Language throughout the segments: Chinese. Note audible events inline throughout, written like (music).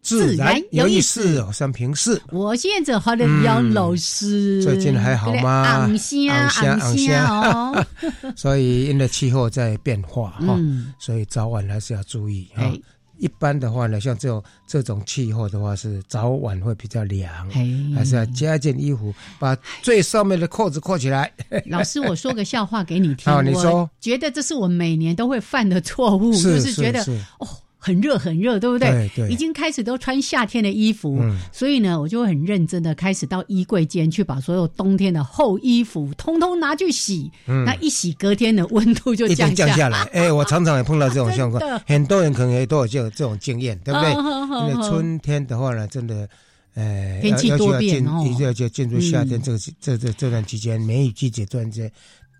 自然有意思。我三平四，我现在和的杨老师，嗯最近还好吗？昂虾昂虾哦，所以因为气候在变化 (laughs) 哈嗯，所以早晚还是要注意哈哎。一般的话呢，像这种这种气候的话，是早晚会比较凉，嘿还是要加件衣服，把最上面的扣子扣起来。老师，我说个笑话给你听。好你说我觉得这是我每年都会犯的错误，是嗯就是觉得是是哦，很热很热，对不对？对对已经开始都穿夏天的衣服，嗯所以呢，我就会很认真的开始到衣柜间去把所有冬天的厚衣服通通拿去洗。那一洗，隔天的温度就嗯一定降降下来。哎、我常常也碰到这种真状况的，很多人可能也都有这种这种经验，对不对？哦好好因为好春天的话呢，真的，呃，天气要多要变进哦要就进入夏天嗯这个、这这这段期间，梅雨季节这段时间，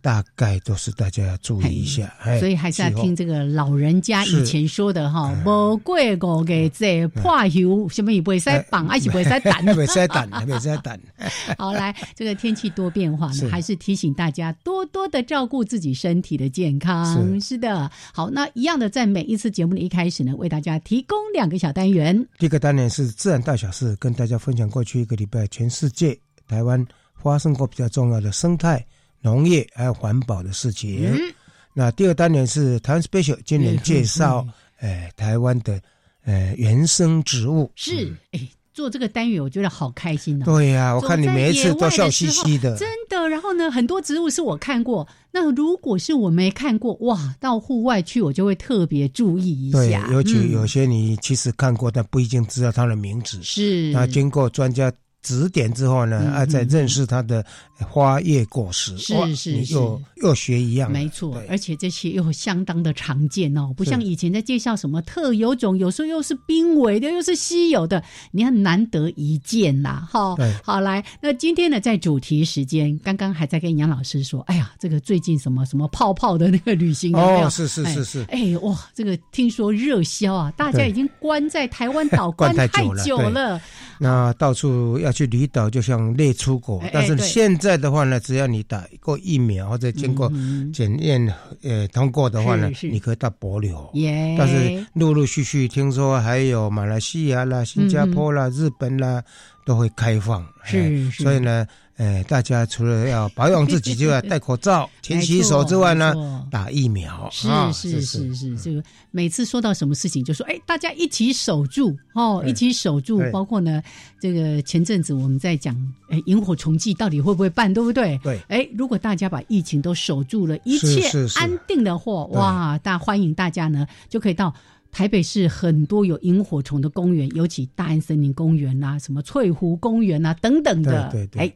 大概都是大家要注意一下。嗯哎，所以还是要气候 (laughs) 听这个老人家以前说的哈，无过五个嗯这破油，什么也不会塞绑，哎还是不会塞胆没在等，没在 (laughs) 等。 (laughs) 好，来，这个天气多变化是呢，还是提醒大家多多的照顾自己身体的健康。是的，好，那一样的，在每一次节目的一开始呢，为大家提供两个小单元。第一个单元是自然大小事，跟大家分享过去一个礼拜全世界台湾发生过比较重要的生态、农业还有环保的事情。嗯那第二单元是台湾 special，今年介绍嗯呃台湾的呃原生植物。是，哎、做这个单元我觉得好开心哦。对呀、我走看你在每一次野都外笑的嘻时候嘻的。真的。然后呢，很多植物是我看过，那如果是我没看过，哇，到户外去我就会特别注意一对下，。尤其嗯有些你其实看过，但不一定知道它的名字。是那经过专家指点之后呢，嗯啊，再嗯认识它的花叶果实，是哇是你是又又学一样了，没错对，而且这些又相当的常见哦，不是像以前在介绍什么特有种，有时候又是濒危的，又是稀有的，你很难得一见呐、哈对，好来，那今天呢，在主题时间，刚刚还在跟杨老师说，哎呀，这个最近什么什么泡泡的那个旅行有没有？哦，是是哎是是，哎哇，这个听说热销啊，大家对已经关在台 (laughs) 湾岛关太太久了对了那到处要去离岛，就像列出国哎哎。但是对现在的话呢，只要你打过疫苗或者经过嗯检验呃通过的话呢，是是你可以到帛琉。耶，但是陆陆续续听说还有马来西亚啦、新加坡啦、日本啦都会开放，是哎是所以呢，呃，大家除了要保养自己，就要戴口罩、勤洗手之外 (laughs) 没错没呢错，打疫苗是啊，是是是，这个每次说到什么事情，就说哎，大家一起守住哦，对一起守住对。包括呢，这个前阵子我们在讲，哎，萤火虫季到底会不会办，对不对？对哎，如果大家把疫情都守住了，一是切是是安定的话，对哇，大欢迎大家呢，就可以到。台北市很多有萤火虫的公园，尤其大安森林公园啦、什么翠湖公园啦、等等的。对对对哎，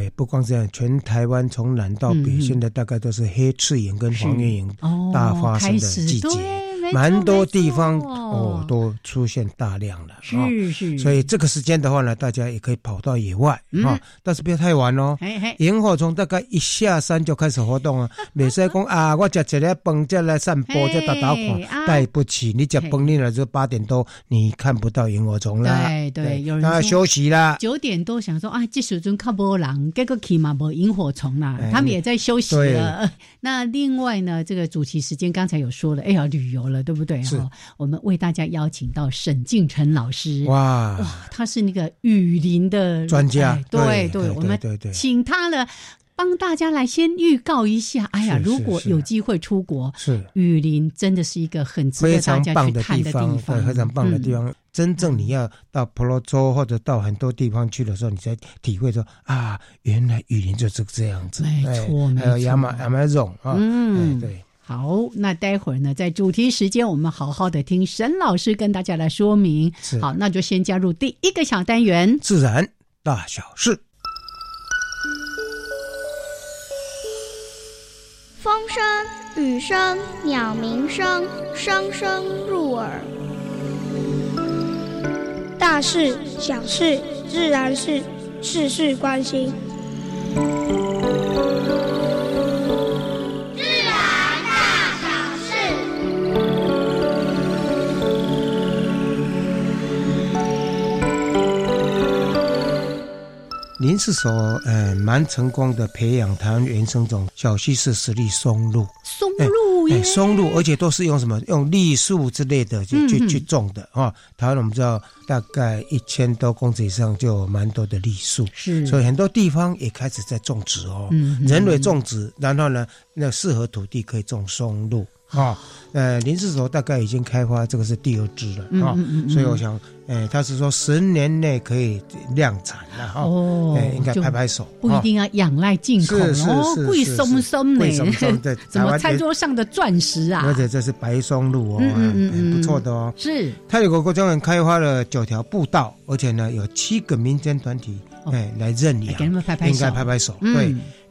哎，不光这样，全台湾从南到北，嗯嗯现在大概都是黑翅蝇跟黄叶蝇哦，大发生开的始季节对没错蛮多地方没错哦都出现大量了啊。是是，所以这个时间的话呢，大家也可以跑到野外啊嗯，但是不要太晚哦。嘿嘿，萤火虫大概一下山就开始 (laughs) 活动啊，袂使讲啊，我食一个饭，再来散步，嘿再打打啊看，对不起，你食嘿饭你来这八点多，你看不到萤火虫啦，对对有人那说休息啦，九点多想说啊，这时阵靠波浪，结果起嘛无萤火虫啦，哎他们也在休息对了。 (laughs) 那另外呢，这个主题时间刚才有说了，哎呀，旅游了，对不对？是哈，我们为大家邀请到沈敬成老师。哇，哇他是那个雨林的专家哎对对对我们对对对请他了，帮大家来先预告一下。哎呀，是是如果是有机会出国，是雨林真的是一个很值非得大常家棒去的看地的方，对，非常棒的地方。嗯方。真正你要到婆罗洲或者到很多地方去的时候，你才体会说啊，原来雨林就是这样子。没哎错没还有亚马错亚马逊啊，嗯哎对，好，那待会儿呢，在主题时间，我们好好的听沈老师跟大家来说明。是好，那就先加入第一个小单元。自然大小事。风声、雨声、鸟鸣声，声声入耳。大事、小事、自然是事事关心。您是所呃蛮成功的培养台湾原生种小稀释实力松露，松露哎哦耶，松露，而且都是用什么用栗树之类的去嗯去嗯去种的啊、哦。台湾我们知道大概一千多公尺以上就有蛮多的栗树，是，所以很多地方也开始在种植哦。嗯嗯人为种植，然后呢，那适合土地可以种松露啊、哦。呃，林氏所大概已经开发这个是第二支了啊、哦嗯嗯嗯嗯所以我想，呃，他是说十年内可以量产了哈。哦哦哎，应该就拍拍手，不一定要仰赖进口啊是是哦是，贵是松是松呢贵松松对 (laughs) 怎台么湾餐也桌上的钻石哦，啊而？且这是白松露哦，嗯嗯嗯很嗯很不错的哦。是泰国国家公园开发了九条步道，而且呢有七个民间团体哦哎来认养给，他们拍拍应手，该拍拍手。嗯对，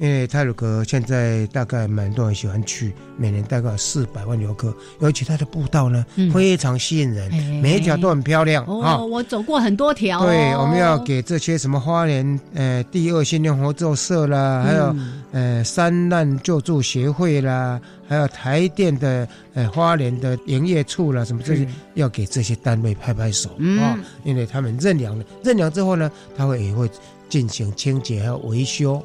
因为泰鲁阁现在大概蛮多人喜欢去，每年大概四百万游客，尤其它的步道呢、嗯非常吸引人哎，每一条都很漂亮啊。哦，我走过很多条哦。对，我们要给这些什么花莲呃第二新年合作社啦，还有、嗯呃山难救助协会啦，还有台电的呃花莲的营业处啦，什么这些是，要给这些单位拍拍手啊、嗯因为他们认养了，认养之后呢，他会也会进行清洁还有维修。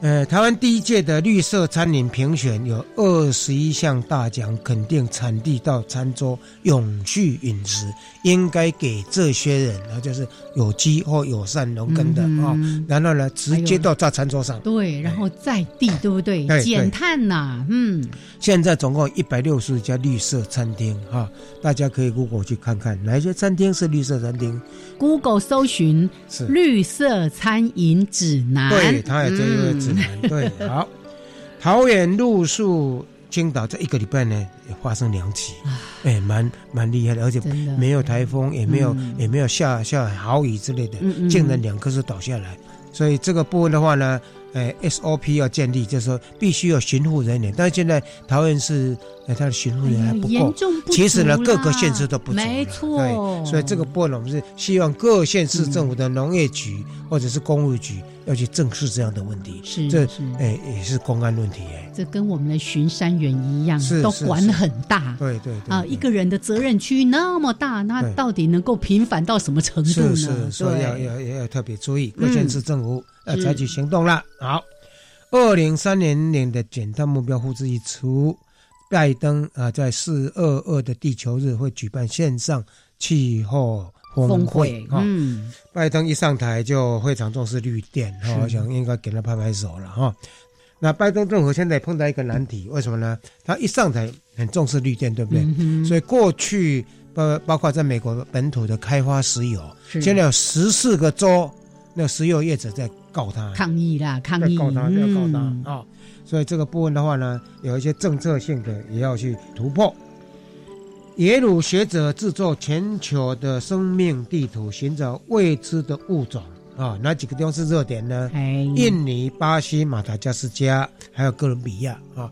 呃，台湾第一届的绿色餐饮评选有二十一项大奖，肯定产地到餐桌永续饮食，应该给这些人，然后就是有机或友善农耕的啊、嗯哦然后呢，直接到在餐桌上。对，然后在地，对不对？对对减碳呐，嗯，现在总共一百六十家绿色餐厅哈、大家可以 Google 去看看哪一些餐厅是绿色餐厅。 Google 搜寻“是绿色餐饮指南”，对，它也这个指嗯南。对，好，桃园露宿青岛这一个礼拜呢，也发生两起，哎，蛮蛮厉害的，而且嗯真的没有台风，也没有、嗯也没有下下豪雨之类的，嗯嗯竟然两棵树倒下来。所以这个部分的话呢，呃，SOP 要建立，就是说必须有巡护人员，但是现在桃园市呃它的巡护哎人员呀还不够严。重不足啦其实呢，各个县市都不足了没错，对，所以嗯这个部分我们是希望各县市政府的农业局或者是公务局要去正视这样的问题，是这是哎也是公安问题哎，这跟我们的巡山员一样是，都是管是很大。对对对啊、对一个人的责任区域那么大，那对到底能够频繁到什么程度是呢？是，所以要对，要要要特别注意，嗯各县市政府要是采取行动啦。好，二零三零年的减碳目标呼之欲出，拜登啊在四二二的地球日会举办线上气候峰峰会啊。嗯，拜登一上台就非常重视绿电，哈、是我想应该给他拍拍手了哈、那拜登政府现在碰到一个难题，为什么呢？他一上台很重视绿电，对不对？嗯哼所以过去包包括在美国本土的开发石油，是现在有十四个州那石油业者在告他，抗议啦，抗在议，告他，在告他啊嗯、所以这个部分的话呢，有一些政策性的也要去突破。耶鲁学者制作全球的生命地图，寻找未知的物种啊，哪几个地方是热点呢？哎，印尼、巴西、马达加斯加，还有哥伦比亚啊。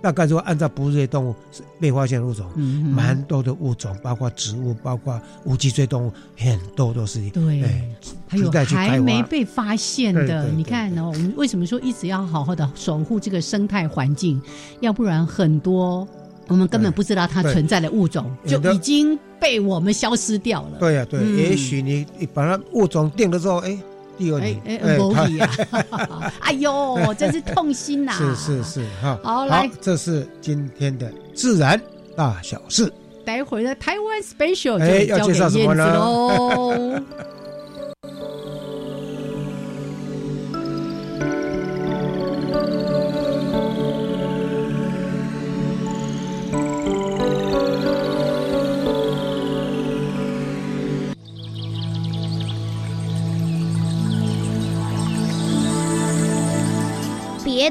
大概如果按照哺乳类动物是被发现的物种，嗯哼蛮多的物种，包括植物，包括无脊椎动物，很多都是对哎还有期待去开还挖没被发现对对的，对你看哦，我们为什么说一直要好好的守护这个生态环境？要不然很多我们根本对不知道它对存在的物种有就的已经被我们消失掉了。对呀、对，嗯也许你你把它物种定了之后，哎，第二哎年，哎，无它理啊！ (laughs) 哎呦，真是痛心呐！ (laughs) 是是，是哈。啊好来这是今天的自然大小事。待会儿的台湾 special 哎就要交介给绍燕什子么呢喽。 (laughs) 别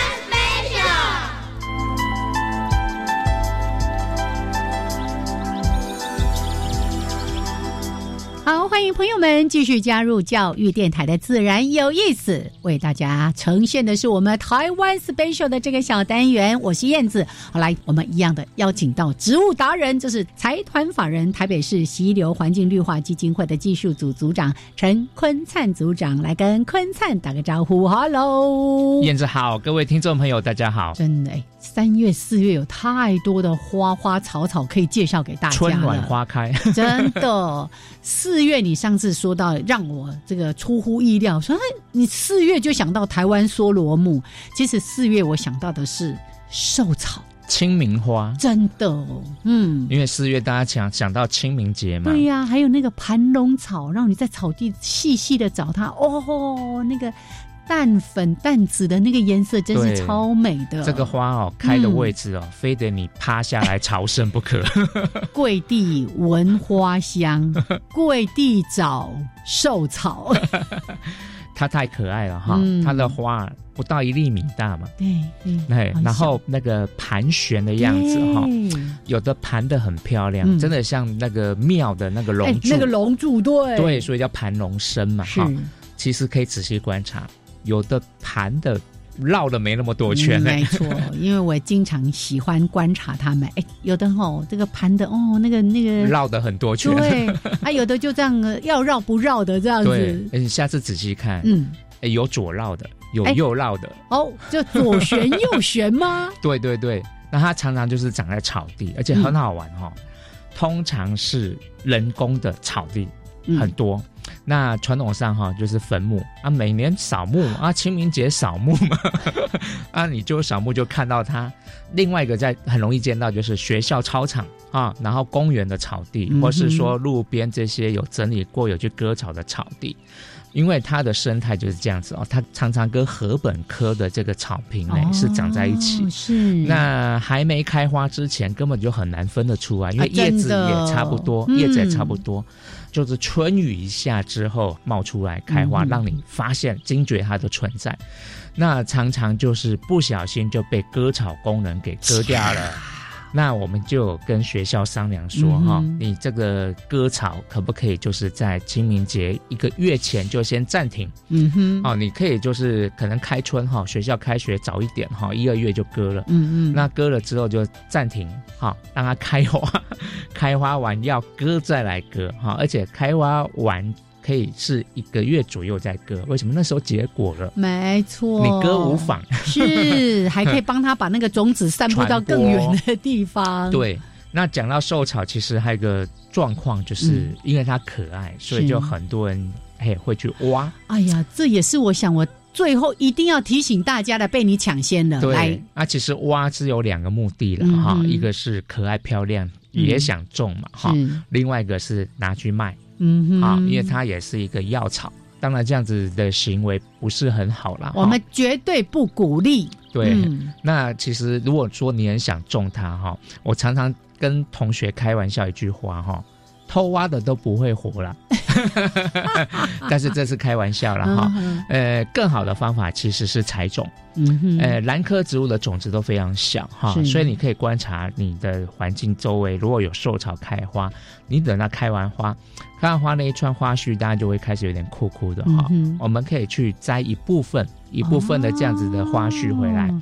special。好，欢迎朋友们继续加入教育电台的自然有意思，为大家呈现的是我们台湾 special 的这个小单元，我是燕子。好，来，我们一样的邀请到植物达人，就是财团法人台北市溪流环境绿化基金会的技术组组长陈坤灿组长来跟坤灿打个招呼，Hello。燕子好，各位听众朋友，大家好。真的哎，三月四月有太多的花花草草可以介绍给大家春暖了花开， (laughs) 真的，四月你上次说到让我这个出乎意料，说哎你四月就想到台湾梭罗木，其实四月我想到的是寿草，清明花。真的哦，嗯，因为四月大家想想到清明节嘛，对呀、还有那个盘龙草，让你在草地细细的找它，哦，那个淡粉淡紫的那个颜色真是对超美的，这个花哦开的位置嗯哦，非得你趴下来朝圣不可。 (laughs) 跪地闻花香，跪地找寿 (laughs) 草，它太可爱了哈，嗯它的花哦不到一厘米大嘛，对，嗯哎很，小然后那个盘旋的样子哈。对有的盘的很漂亮，嗯真的像那个庙的那个哎龙柱，那个龙柱，对对，，所以叫盘龙身嘛是哈。其实可以仔细观察，有的盘的绕的没那么多圈嗯呢、没 (laughs) 错，因为我经常喜欢观察它们。哎，有的吼，这个盘的哦，那个那个，绕的很多圈。 (laughs) 对，啊，有的就这样呃要绕不绕的这样对子，，哎你下次仔细看，嗯，哎有左绕的，有哎右绕的，哦，就左旋右旋吗？对对对。那它常常就是长在草地，而且嗯很好玩哦。通常是人工的草地嗯 (laughs) 很多，那传统上哈、就是坟墓啊，每年 (laughs) 扫墓啊，清明节扫墓嘛， (laughs) 啊，你就扫墓就看到它。另外一个在很容易见到就是学校操场啊，然后公园的草地嗯，哼或是说路边这些有整理过、有去割草的草地。因为它的生态就是这样子哦，它常常跟禾本科的这个草坪呢、哦是长在一起，是那还没开花之前，根本就很难分得出来，因为啊真叶子的也差不多，嗯叶子也差不多，就是春雨一下之后冒出来开花，嗯让你发现惊觉它的存在。那常常就是不小心就被割草工人给割掉 (laughs) 了。那我们就有跟学校商量说，嗯哼哈、你这个割草可不可以就是在清明节一个月前就先暂停？嗯哼，哦，你可以就是可能开春哈、学校开学早一点哈、一二月就割了。嗯嗯，那割了之后就暂停，好，让它开花， (laughs) 开花完要割再来割，哈，而且开花完可以是一个月左右再割，为什么？那时候结果了，没错，你割无妨，嗯是，还可以帮他把那个种子散布到传播更远的地方，， (laughs) (laughs) 对。那讲到寿草，其实还有一个状况，就是嗯因为它可爱，所以是就很多人嘿会去挖。哎呀，这也是我想我最后一定要提醒大家的，被你抢先了。嗯来对，，那、其实挖是有两个目的了嗯哈、哼一个是可爱漂亮，也想种嘛哈、是，另外一个是拿去卖。嗯哼，啊，因为它也是一个药草。当然，这样子的行为不是很好啦。我哈们绝对不鼓励。对、嗯那其实如果说你很想种它哈，我常常跟同学开玩笑一句话哈，偷挖的都不会活 (laughs) 啦。但是这是开玩笑啦哈。嗯呃，更好的方法其实是采种。嗯哼，呃，兰科植物的种子都非常小哈是，所以你可以观察你的环境周围，如果有受潮开花，你等它开完花，开完花那一串花絮，大家就会开始有点枯枯的哈。嗯哼我们可以去摘一部分一部分的这样子的花絮回来，哦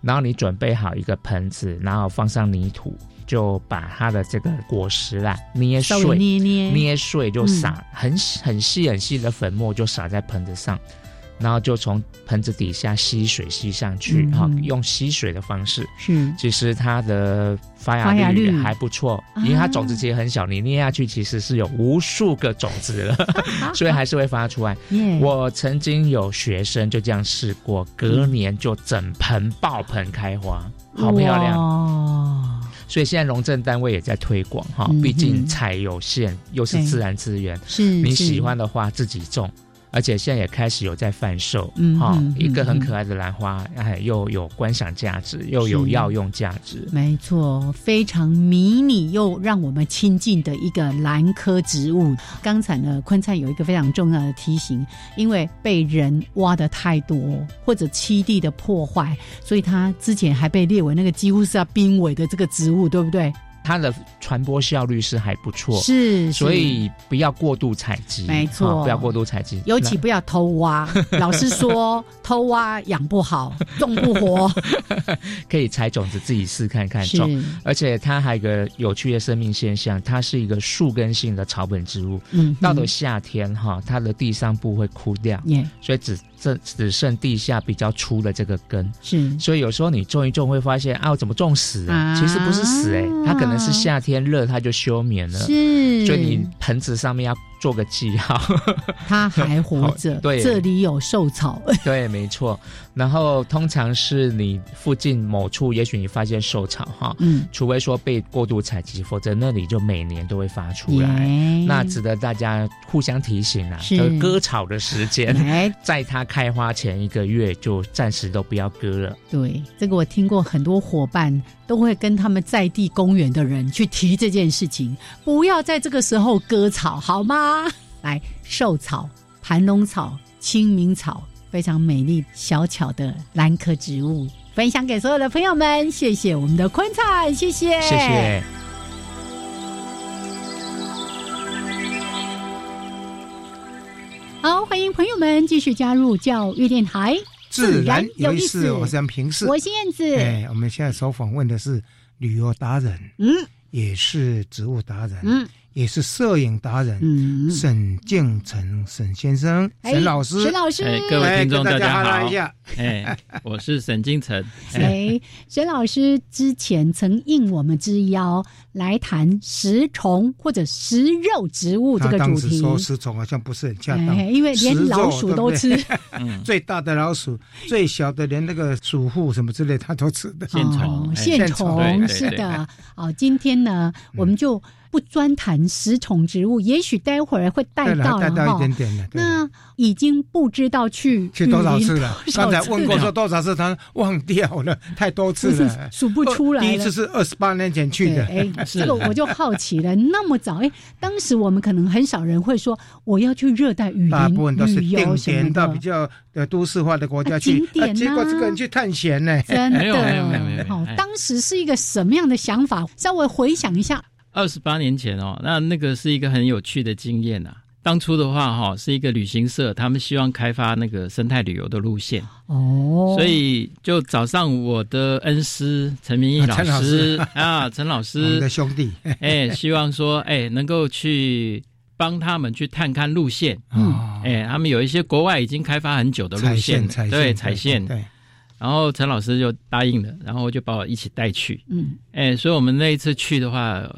然后你准备好一个盆子，然后放上泥土，就把它的这个果实啦捏稍微碎，捏捏，捏碎就撒、嗯很很细很细的粉末，就撒在盆子上，然后就从盆子底下吸水吸上去嗯哈、哼用吸水的方式。是其实它的发发芽芽率率还不错，啊因为它种子其实很小，你捏下去其实是有无数个种 (laughs) 子了， (laughs) 所以还是会发出来。耶，我曾经有学生就这样试过，隔年就整盆爆盆开花，好漂亮。亮，所以现在农政单位也在推广哈嗯哼，毕竟采有限，又是自然资源，是你是喜欢的话自己种。而且现在也开始有在贩售，嗯哈、嗯一个很嗯可爱的兰花，哎，又有观赏价值，又有是药用价值，没错，非常迷你又让我们亲近的一个兰科植物。刚才呢，坤灿有一个非常重要的提醒，因为被人挖的太多，或者栖地的破坏，所以它之前还被列为那个几乎是要濒危的这个植物，对不对？它的传播效率是还不错，是，所是以不要过度采集，没错哈不要过度采集，尤其那不要偷挖。老师说，偷挖养不好，种不 (laughs) 活。可以采种子自己试看看是，哎嗯种。而且它还有一个有趣的生命现象，它是一个树根性的草本植物。嗯哼，到了夏天哈，它的地上部会枯掉，也所以只剩只剩地下比较粗的这个根。是所以有时候你种一种会发现啊，我怎么种死啊？啊其实不是死哎、它可能是夏天热它就休眠了。是，所以你盆子上面要做个记 (laughs) 号，它还活 (laughs) 好着，对这里有寿草，对，没错。然后通常是你附近某处，也许你发现受潮哈，嗯，除非说被过度采集，否则那里就每年都会发出来。耶那值得大家互相提醒啊，是就是割草的时间，哎，在它开花前一个月就暂时都不要割了。对，这个我听过很多伙伴都会跟他们在地公园的人去提这件事情，不要在这个时候割草，好吗？ (laughs) 来，寿草、盘龙草、清明草，非常美丽小巧的兰科植物，分享给所有的朋友们。谢谢我们的坤灿，谢谢，谢谢。好，欢迎朋友们继续加入教育电台，自然有意自然思，有我是杨平视。我是燕子，哎，我们现在所访问的是旅游达人，嗯也是植物达人，嗯也是摄影达人，嗯，沈敬成沈先生、哎沈老师，沈老师，哎各位哎听众跟大大家哈拉好一下，哎，我是沈金城。哎，哎，沈老师之前曾应我们之邀来谈食虫或者食肉植物这他个当主时题。说食虫好像不是很恰当，哎，因为连食肉老鼠都吃对不，嗯对最大的老鼠，最小的连那个鼠妇什么之类，他都吃的。 (laughs) 现虫哦哎现虫对对是对的。哦，今天呢，嗯我们就不专谈食虫植物，也许待会儿会带对了，到还带了到一哈点。点了。对那已经不知道去去多少雨林次了？多少刚才次问过了，说多少次，他忘掉了，太多次了 (laughs) 数不出来第一了次是二十八年前去的，对哎，这个我就好奇了，那么早，哎，当时我们可能很少人会说我要去热带雨大部林分都是旅定游什点么到的比。较呃都市化的国家去啊景，点啊结果这个人去探险呢。真的，没有没有没有没有好哎当时是一个什么样的想法？稍微回想一下，二十八年前哦，那那个是一个很有趣的经验啊。当初的话哈、是一个旅行社，他们希望开发那个生态旅游的路线，哦，所以就找上我的恩师陈明义啊陈老老师师 (laughs) 啊，陈老我们师的，兄弟，哎，希望说哎能够去帮他们去探勘路线。哦哎，他们有一些国外已经开发很久的踩路线线了，踩线对踩线，对，然后陈老师就答应了，然后就把我一起带去。嗯哎，所以我们那一次去的话，呃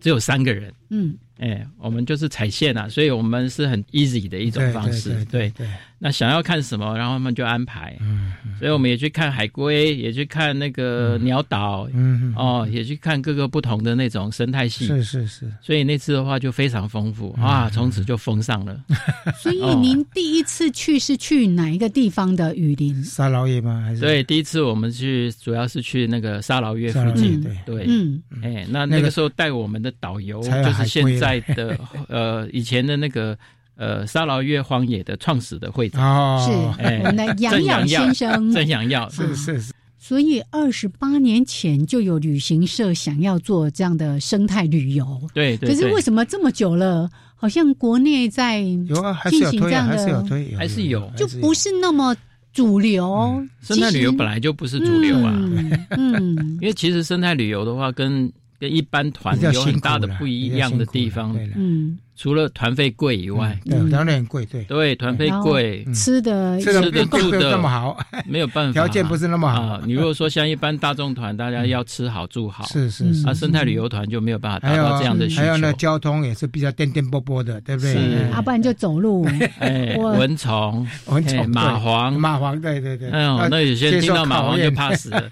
只有三个人。嗯，哎，我们就是踩线啊，所以我们是很 easy 的一种对方式。对对对，那想要看什么，然后他们就安排。嗯所以我们也去看海龟，也去看那个鸟岛，嗯，哦，也去看各个不同的那种生态系。是嗯是是，所以那次的话就非常丰富啊，从此就封上了。嗯所以哦您第一次去是去哪一个地方的雨林？沙老爷吗？还是对，第一次我们去主要是去那个沙劳越附沙老爷？近。嗯对，对，嗯，哎，那那那个个时候带我们的导游才有就海是龟啊现嘞在的 (laughs) 呃以前的那个呃沙劳越荒野的创始的会长是哦，哎我们的杨正洋阳先耀生。郑阳耀，是嗯是是，所以二十八年前就有旅行社想要做这样的生态旅游，对可对是为对，什么这么久了，好像国内在有啊，还是有进行这推啊，样的还是有嗯推，还是有嗯就不是那么主流？生态旅游本来就不是主流啊， (laughs) 嗯嗯因为其实生态旅游的话跟。跟一般团比较有辛很苦大的啦不比一较样的辛苦地啦方，对了，嗯嗯，除了团费贵以外，对，当然很贵，对，对团费然后贵，嗯吃的这个吃并得不住是的那么好，没有办 (laughs) 法，条件不是那么好啊。，你如果说像一般大众团，大家要吃好住好，是是是啊，，生态旅游团就没有办法还达有啊到这样的需还有呢，求。交通也是比较颠颠簸簸的，对不对是？啊，不然就走 (laughs) 路。哎，我蚊虫，很哎丑，蚂对蟥，蚂蟥，对对啊对，哎呦，那有些人听到蚂蟥就怕 (laughs) 死了。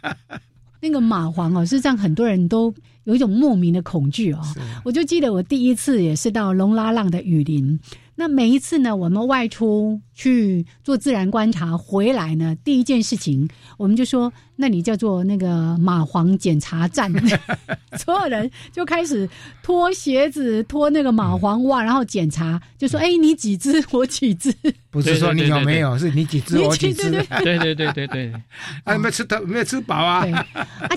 那个蚂蟥哦，是让很多人都有一种莫名的恐惧哦。我就记得我第一次也是到龙拉浪的雨林，那每一次呢，我们外出去做自然观察回来呢，第一件事情我们就说，那你叫做那个蚂蟥检查站，所有人就开始脱鞋子、脱那个蚂蟥袜，然后检查，就说：“哎，你几只？我几只？不是说你有没有，是你几只你我几几只？”只，对啊，对对对对对对，有没有吃到有没有吃饱啊 (laughs) 对？啊，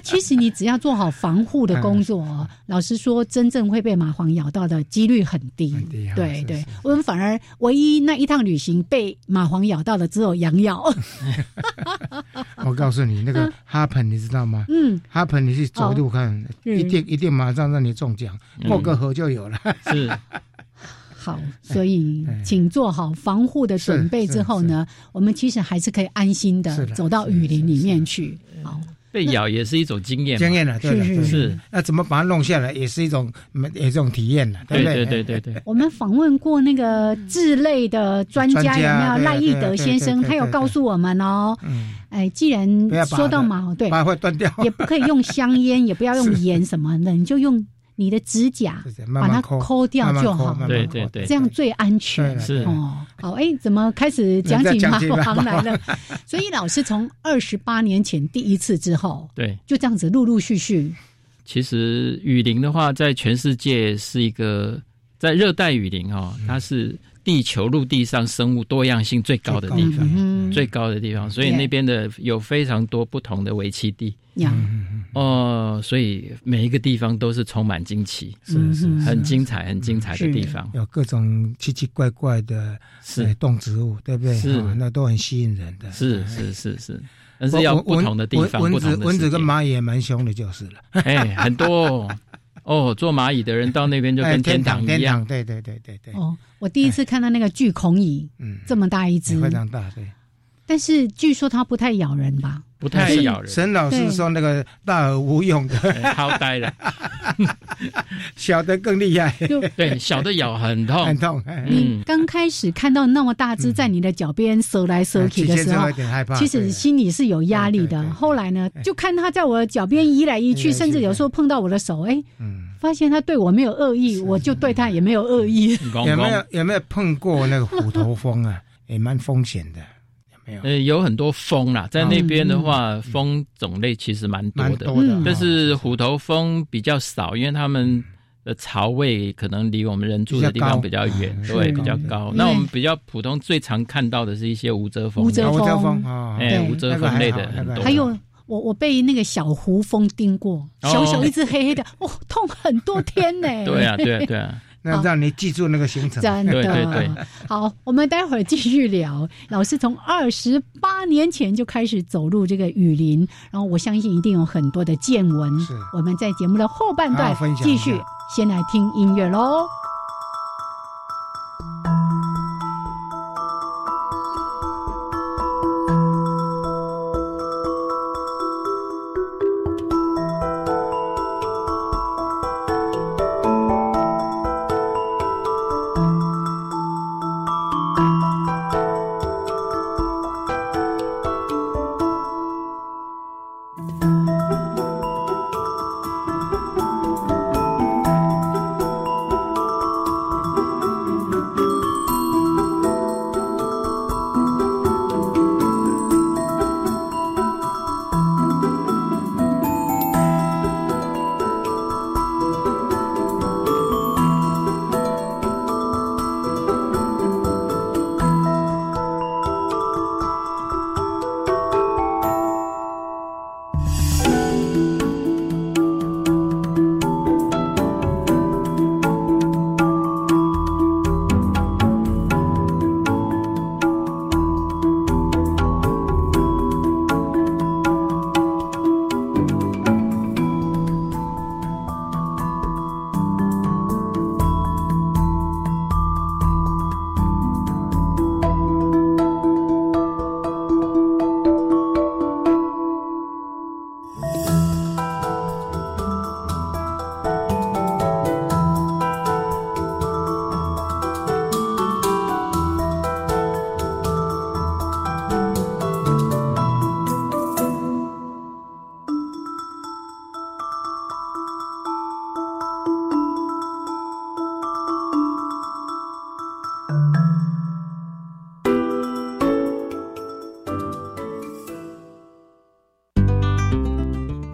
其实你只要做好防护的工嗯作哦，老实说，真正会被蚂蟥咬到的几率很低。很低啊对是对是，我们反而唯一那一趟旅行被蚂蟥咬到的只有羊 (laughs) 咬。我告诉你，那个哈盆你知道吗？嗯，哈盆你去走路看，嗯一定一定马上让你中奖，嗯过个河就有了。是好，所以哎请做好防护的准备之后呢，我们其实还是可以安心的是的走到雨林里面去。好，被咬也是一种经验嘛，经验嗯了，对了，是对了是，那怎么把它弄下来，也是一种也是一种体验了，对不对对对对对，我们访问过那个智类的专专家有没家对有赖义对德对先对生？对他有对告对诉我们哦，嗯，哎，既然不要把说到它毛，对，把它会断 (laughs) 掉，也不可以用香烟，也不要用盐什么的，你就用你的指甲是这样把慢它慢抠抠掉就好，慢慢抠慢慢对抠对对这样最安全对。了是对了哦，好，哎，怎么开始讲起人家蚂讲起蟥来蚂了？ (laughs) 所以老师从二十八年前第一次之后，对。就这样子陆陆续续，其实雨林的话，在全世界是一个在热带雨林哦，它是地球陆地上生物多样性最高的地方，嗯最高的地方，所以对那边的有非常多不同的围棋地呀，嗯哦，所以每一个地方都是充满惊奇，嗯哼很精彩、很精彩的地方。有各种奇奇怪怪的是呃动植物，对不对？是啊那都很吸引人的。是是是是，但是要蚊不同的地方，蚊不蚊同子的蚊子世界跟蚂蚁也蛮凶的，就是了。哎，很多哦哦，做蚂蚁的人到那边就哎跟天堂堂一天样，堂，对对对对对，哦，我第一次看到那个巨孔蚁嗯，哦这么大一只，非常大，对。但是据说它不太咬人吧？不太是咬人，沈老师说那个大而无用的，哎好呆了。小的更厉害， (laughs) 对，小的咬很哦很 (laughs) 痛，痛。哎你刚开始看到那么大嗯只在你的脚边折来折去起的先时之后候有，点害怕，其实对心里是有压力对的。对对哎后来呢，就看他在我脚边移来移移去，来移去甚至有时候碰到我的手，哎，嗯，发现他对我没有恶意，我就对他也没有恶意。公有没公有有没有碰过那个虎头蜂啊？ (laughs) 也蛮风险的，有没有？呃有很多蜂啦，在那边的话，蜂种类其实蛮多蛮的，多的嗯，但是哦虎头蜂比较少，因为它们的巢位可能离我们人住的地方比比较较高远，嗯对，是比较嗯高。那我们比较普通最常看到的是一些无遮蜂，无遮胡椒蜂风啊，哎，对无遮那个蜂类还的好很那个多，还有我我被那个小胡蜂叮过，哦。小小一只黑黑的， (laughs) 哦，痛很多天 (laughs) 呢对啊，对啊，对啊，哦那让你记住那个行程。真的。对对对好，我们待会儿继续聊。老师从二十八年前就开始走入这个雨林，然后我相信一定有很多的见闻是。我们在节目的后半好段好分享继一下续，先来听音乐喽。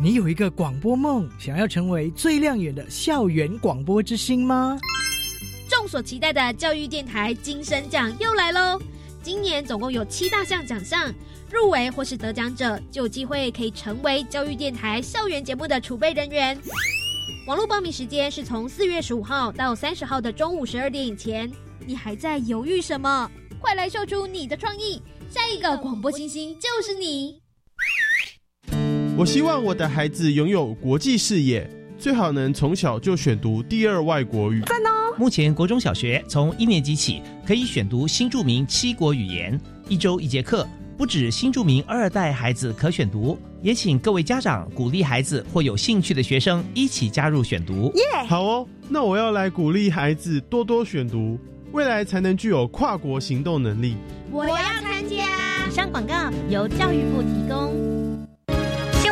你有一个广播梦，想要成为最亮眼的校园广播之星吗？众所期待的教育电台金声奖又来喽！今年总共有七大项奖项，入围或是得奖者就有机会可以成为教育电台校园节目的储备人员。网络报名时间是从四月十五号到三十号的中午十二点以前。你还在犹豫什么？快来秀出你的创意，下一个广播星星就是你！我希望我的孩子拥有国际视野，最好能从小就选读第二外国语。目前国中小学从一年级起可以选读新著名七国语言，一周一节课。不止新著名二代孩子可选读，也请各位家长鼓励孩子或有兴趣的学生一起加入选读。好哦，那我要来鼓励孩子多多选读，未来才能具有跨国行动能力。我要参加。以上广告由教育部提供。新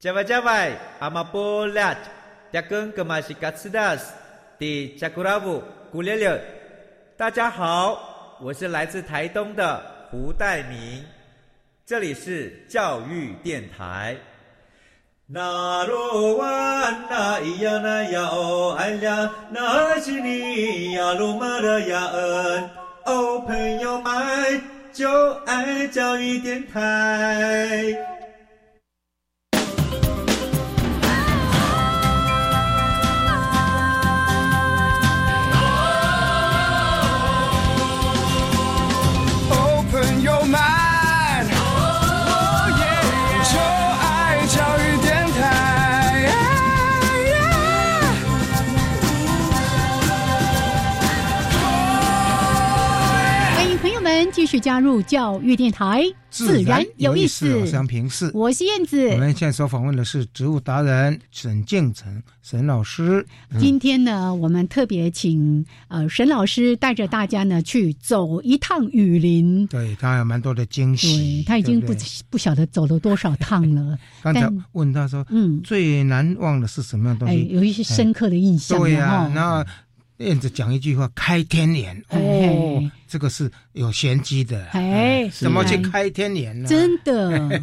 Java Java, Amapolat, Yakun Kamashikatsidas, Di Chakuravu, Gulele。大家好，我是来自台东的胡代明，这里是教育电台。那罗哇那咿呀那呀哦哎呀，那是你呀鲁玛的呀恩，哦朋友们就爱教育电台。朋友们，就爱教育电台。欢迎朋友们继续加入教育电台，自然有意思。我是杨平四，我是燕子我。们现在所访问的是植物达人沈敬成沈老师。今天呢，我们特别请呃沈老师带着大家呢去走一趟雨林。对他有蛮多的惊对喜，他已经对不对不晓得走了多少趟 (laughs) 了。刚才但问他说，嗯，最难忘的是什么样的东哎，西？有一些深刻的印象对了呀、哈然后燕子讲一句话：“开天眼。”哦哦哎，这个是有玄机的。哎，怎么去开天眼呢？真 (laughs) 的，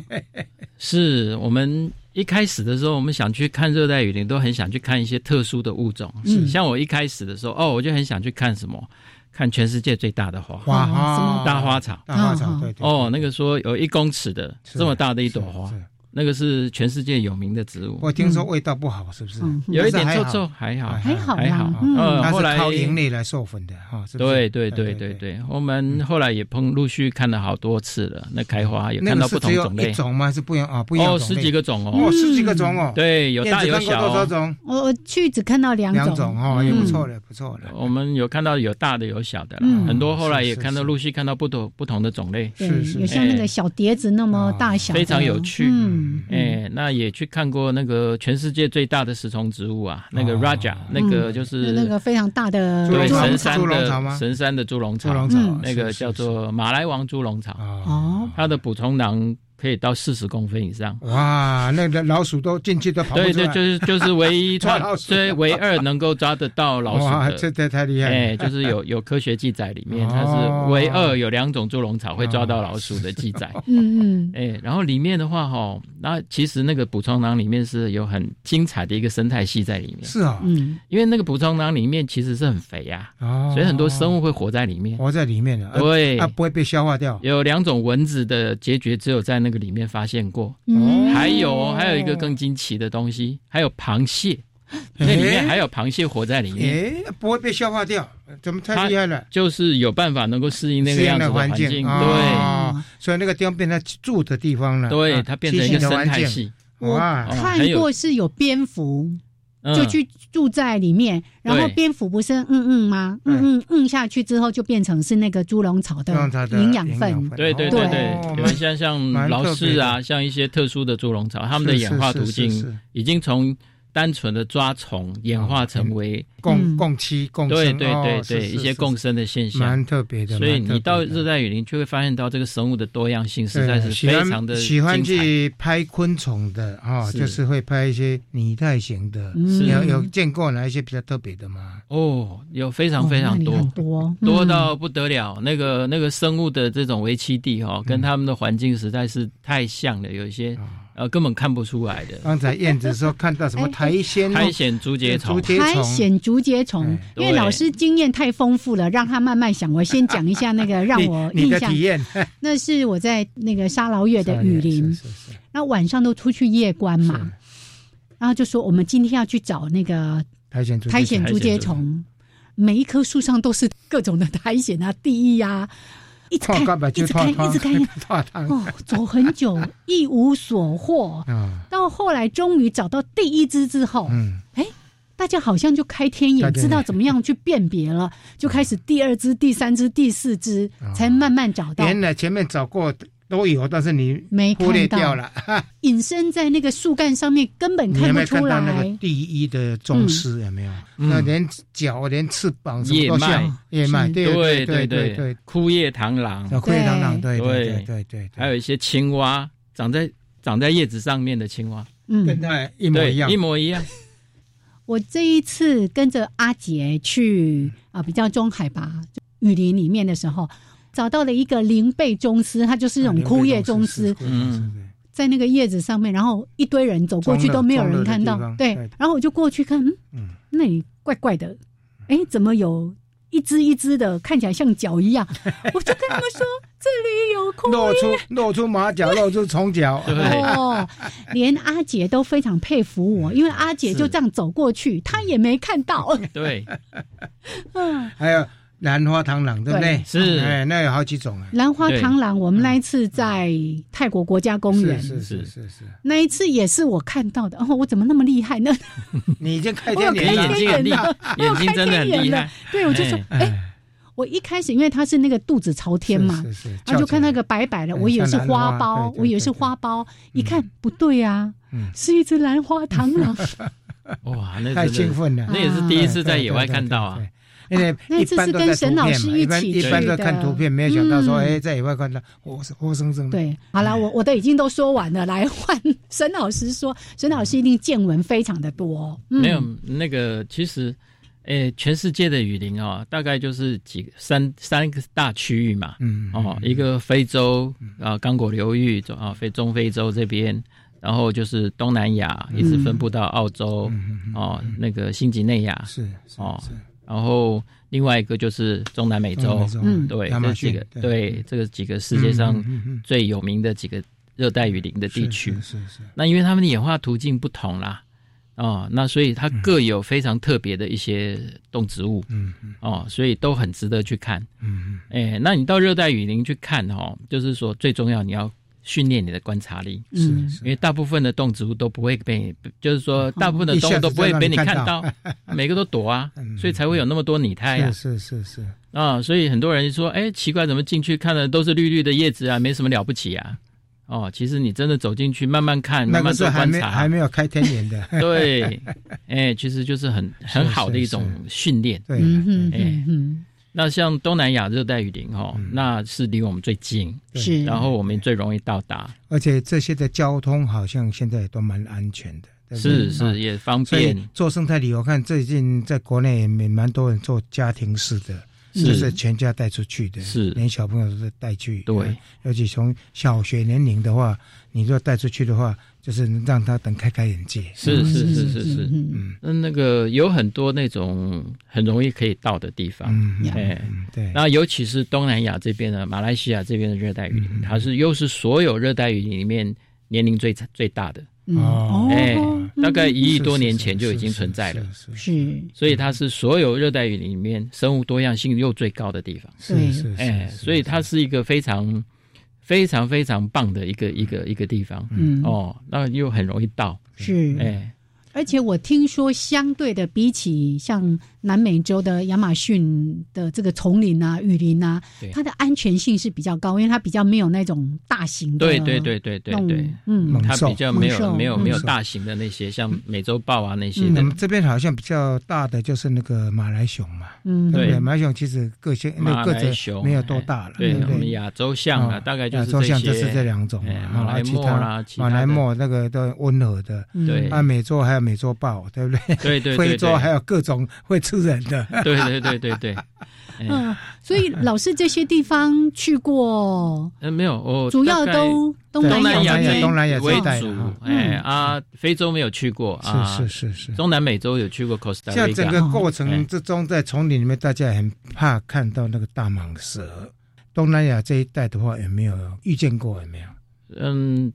是我们一开始的时候，我们想去看热带雨林，都很想去看一些特殊的物种。嗯是像我一开始的时候，哦，我就很想去看什么，看全世界最大的花，哇哦什哈么，大花草。大花嗯草，嗯对对哦，那个说有一公尺的这么大的一朵花，那个是全世界有名的植物我，听说味道不好，是不是？嗯哎有一点但是臭还好臭，还好，还好还好啦，。嗯，呃它后是来靠盈利来授粉的哈，是不哎是？对对对对对，我们后来也碰陆续看了好多次了，那开花也嗯那看到个不是同只有种类一，种吗？还是不一样啊？不一样哦，种十类几个种哦哦，，十几个种哦。对，有燕大子有看过小多少哦。种？我我去只看到两两种种，哦，也不嗯错了，不错了。 (laughs) 我们有看到有大的有小的啦，嗯很多后来是也是看到是陆续看到不同不同的种类，对是是有像那个哎小碟子那么大小的，哦非常有趣嗯，哎，那也去看过那个全世界最大的食虫植物啊，那个哦 Raja，那个就那那是个非常大的猪对笼神草山猪笼草的吗神山的猪笼猪草笼，草啊嗯那个叫做马来王猪笼草，哦哦，它的捕虫囊可以到四十公分以上。哇，那个老鼠都进去都跑不出对来。对，就是就是唯 (laughs) 一抓它老鼠最唯二能够抓得到老哇，鼠这的，这太厉害了！哎，就是有有科学记载里面，它哦是唯二有两种猪笼草会抓到老鼠的记载。嗯嗯，哎，然后里面的话哈、那其实那个捕虫囊里面是有很精彩的一个生态系在里面，是啊，嗯，因为那个捕虫囊里面其实是很肥呀、哦，嗯所以很多生物会活在里面。活在里面了，啊对，它不会被消化掉。有两种蚊子的结节只有在那个里面发现过，嗯还有哦还有一个更惊奇的东西，还有螃 (laughs) 蟹，那里面还有螃蟹活在里面，哎，不会被消化掉，怎么太厉害了？就是有办法能够适应那个适应样子的的环境，境，哦，所以那个地方变成住的地方了，对对，啊它变成一个生栖息态。的环境系。我哇，哦看还有过是有蝙蝠，嗯就去住在里面，然后蝙蝠不是嗯嗯吗？嗯嗯嗯下去之后就变成是那个猪笼草的猪笼草的营养分，哦对对对对，有一些像蛮劳特别氏的啊，像一些特殊的猪笼草，它们的是演化是途是是径是已经从单纯的抓虫演化成为共共妻共嗯对生，对哦对是对，是一些是共生的现象，蛮特别的。所以蛮特你别到的热带雨林，就会发现到这个生物的多样性实在对是喜非欢常的喜欢精彩去拍昆虫的哈、是就是会拍一些拟态型的。嗯你有有见过哪一些比较特别的吗？哦，有非常非哦常多，嗯多嗯多到不得了。那个那个生物的这种为栖地嗯哦，跟它们的环境实在是太像了，有一些哦呃根本看不出来的。刚才燕子说看到什么苔藓、苔藓竹节虫，苔藓竹节虫，因为哎对老师经验太丰富了，让他慢慢想。我先讲一下那个让 (laughs) 我你你印的象体验，那是我在那个沙劳越的雨林，那晚上都出去夜观嘛，然后就说我们今天要去找那个苔藓竹苔藓竹节虫，每一棵树上都是各种的苔藓啊、地衣啊，一直看看吧，，一就直看，一直看，大汤哦，走很 (laughs) 久一无所获，啊，到后来终于找到第一只之后，嗯，哎，大家好像就开天眼，开天眼知道怎么样去辨别了，就开始第二只、第三只、第四只，啊才慢慢找到。原来前面找过都有，但是你没忽略看到掉了，隐身在那个树干上面，根本你有看没不有看出到那个来。第一的宗师有没有？那连脚、连翅膀什么嗯叶都脉像，叶脉，对对对对对，，枯叶螳螂，啊枯叶螳螂对对对对对对，还有一些青蛙长在长在叶子上面的青蛙，嗯跟它一模一样对一模一样。我这一次跟着阿杰去啊、比较中海拔雨林里面的时候，找到了一个灵贝宗师，它就是啊那种枯叶宗师，嗯，在那个叶子上面，然后一堆人走过去中了都没有人看到中了的地方，对对，然后我就过去看，嗯，那里怪怪的，哎，怎么有一只一只的，看起来像脚 (laughs) 一样，我就跟他们说这里有枯露叶出。露出马脚，露出虫脚，哦，连阿杰都非常佩服我，因为阿杰就这样走过去，他也没看到。 (laughs) 对，嗯，还有兰花螳螂，对不对对？是哎，那有好几种啊，兰花螳螂，我们那一次在泰国国家公园，是是是是是，那一次也是我看到的。哦，我怎么那么厉害呢？ (laughs) 你已经开我有天开了，天眼了，我有 (laughs) 眼睛开真的天很眼厉了 (laughs) 害。对，我就说，哎哎。我一开始因为它是那个肚子朝天嘛，是是是然后就看那个白白的，我以为是花哎像苞兰花对，嗯对我以为是花苞，一看不对啊，是一只兰花螳 (laughs) 螂。哇，那真的哦太兴奋了，那也是第一次在野外看到啊。因哦为一般都在图片嘛，一般一般都看图片，没有想到说，哎，在野外看到活活生生的。嗯对，好了，我我都已经都说完了，来换沈老师说，沈老师一定见闻非常的多，嗯、没有那个，其实，诶，全世界的雨林哦，大概就是几个三三个大区域嘛。嗯哦，一个非洲啊，刚果流域中啊，非中非洲这边，然后就是东南亚，一嗯直分布到澳洲，哦，那个新几内亚是哦，然后另外一个就是中南美洲，中南美洲对，亚马这几逊个对对这个几个世界上嗯嗯嗯嗯最有名的几个热带雨林的地区，是是是，那因为他们的演化途径不同啦，哦，那所以它各有非常特别的一些动植物，嗯哦，所以都很值得去看。嗯哎，那你到热带雨林去看哦，就是说最重要你要训练你的观察力，嗯因为大部分的动植物都不会被，就 (laughs) 是说大部分的动物都不会被你看到，每个都躲啊，所以才会有那么多拟态啊。嗯是是是是，啊、所以很多人说，哎，奇怪，怎么进去看的都是绿绿的叶子啊，没什么了不起啊。哦，其实你真的走进去慢慢看，那慢个慢时做候还观没还察，啊没有开天眼的， (laughs) 对，哎，其实就是很很是好的一种训练。对嗯哼哎嗯哼，那像东南亚热带雨林哦，嗯那是离我们最近，是然后我们最容易到达，而且这些的交通好像现在都蛮安全的，对不啊对是是也方所以便，做生态旅游，看最近在国内也蛮多人做家庭式的，嗯是就是全家带出去的，是连小朋友都带去。啊对，尤其从小学年龄的话，你若带出去的话，就是让他等开开眼界。是是是是是，嗯，那那个有很多那种很容易可以到的地方，嗯哎，对，那尤其是东南亚这边的马来西亚这边的热带雨林，它是又是所有热带雨林里面年龄最最大的，哦哎嗯，大概一亿是多是年是前就是已经是存在了，是所以它是所有热带雨林里面生物多样性又最高的地方，是对是是哎，所以它是一个非常。非常非常棒的一个一个一个地方，嗯哦，那又很容易到，是哦哎，而且我听说，相对的，比起像南美洲的亚马逊的这个丛林啊、雨林啊，它的安全性是比较高，因为它比较没有那种大型的。对对对对对对，嗯，它比较没有没有没有大型的那些，像美洲豹啊那些。嗯我们这边好像比较大的就是那个马来熊嘛，嗯，对，马来熊其实个性那个子没有多大了，哎对我们亚洲象啊，大概就嗯是哎亚洲象就是这两种，马来啊貘啦，马来貘那个都温和的，嗯对，啊，美洲还有美洲。豹对不对？ (laughs) 哎对对，非洲还有各种会吃人的。对对对对对。嗯，所以老师这些地方去过？嗯，没有，我主要都东南亚、东南亚为主。哎啊，非洲没有去过，嗯啊是是是是。中南美洲有去过 Costa Rica。像整个过哎程之中，在丛林里面，大家很怕看到那个大蟒蛇。东南亚这一带的话，有没有遇见过？有没有？嗯。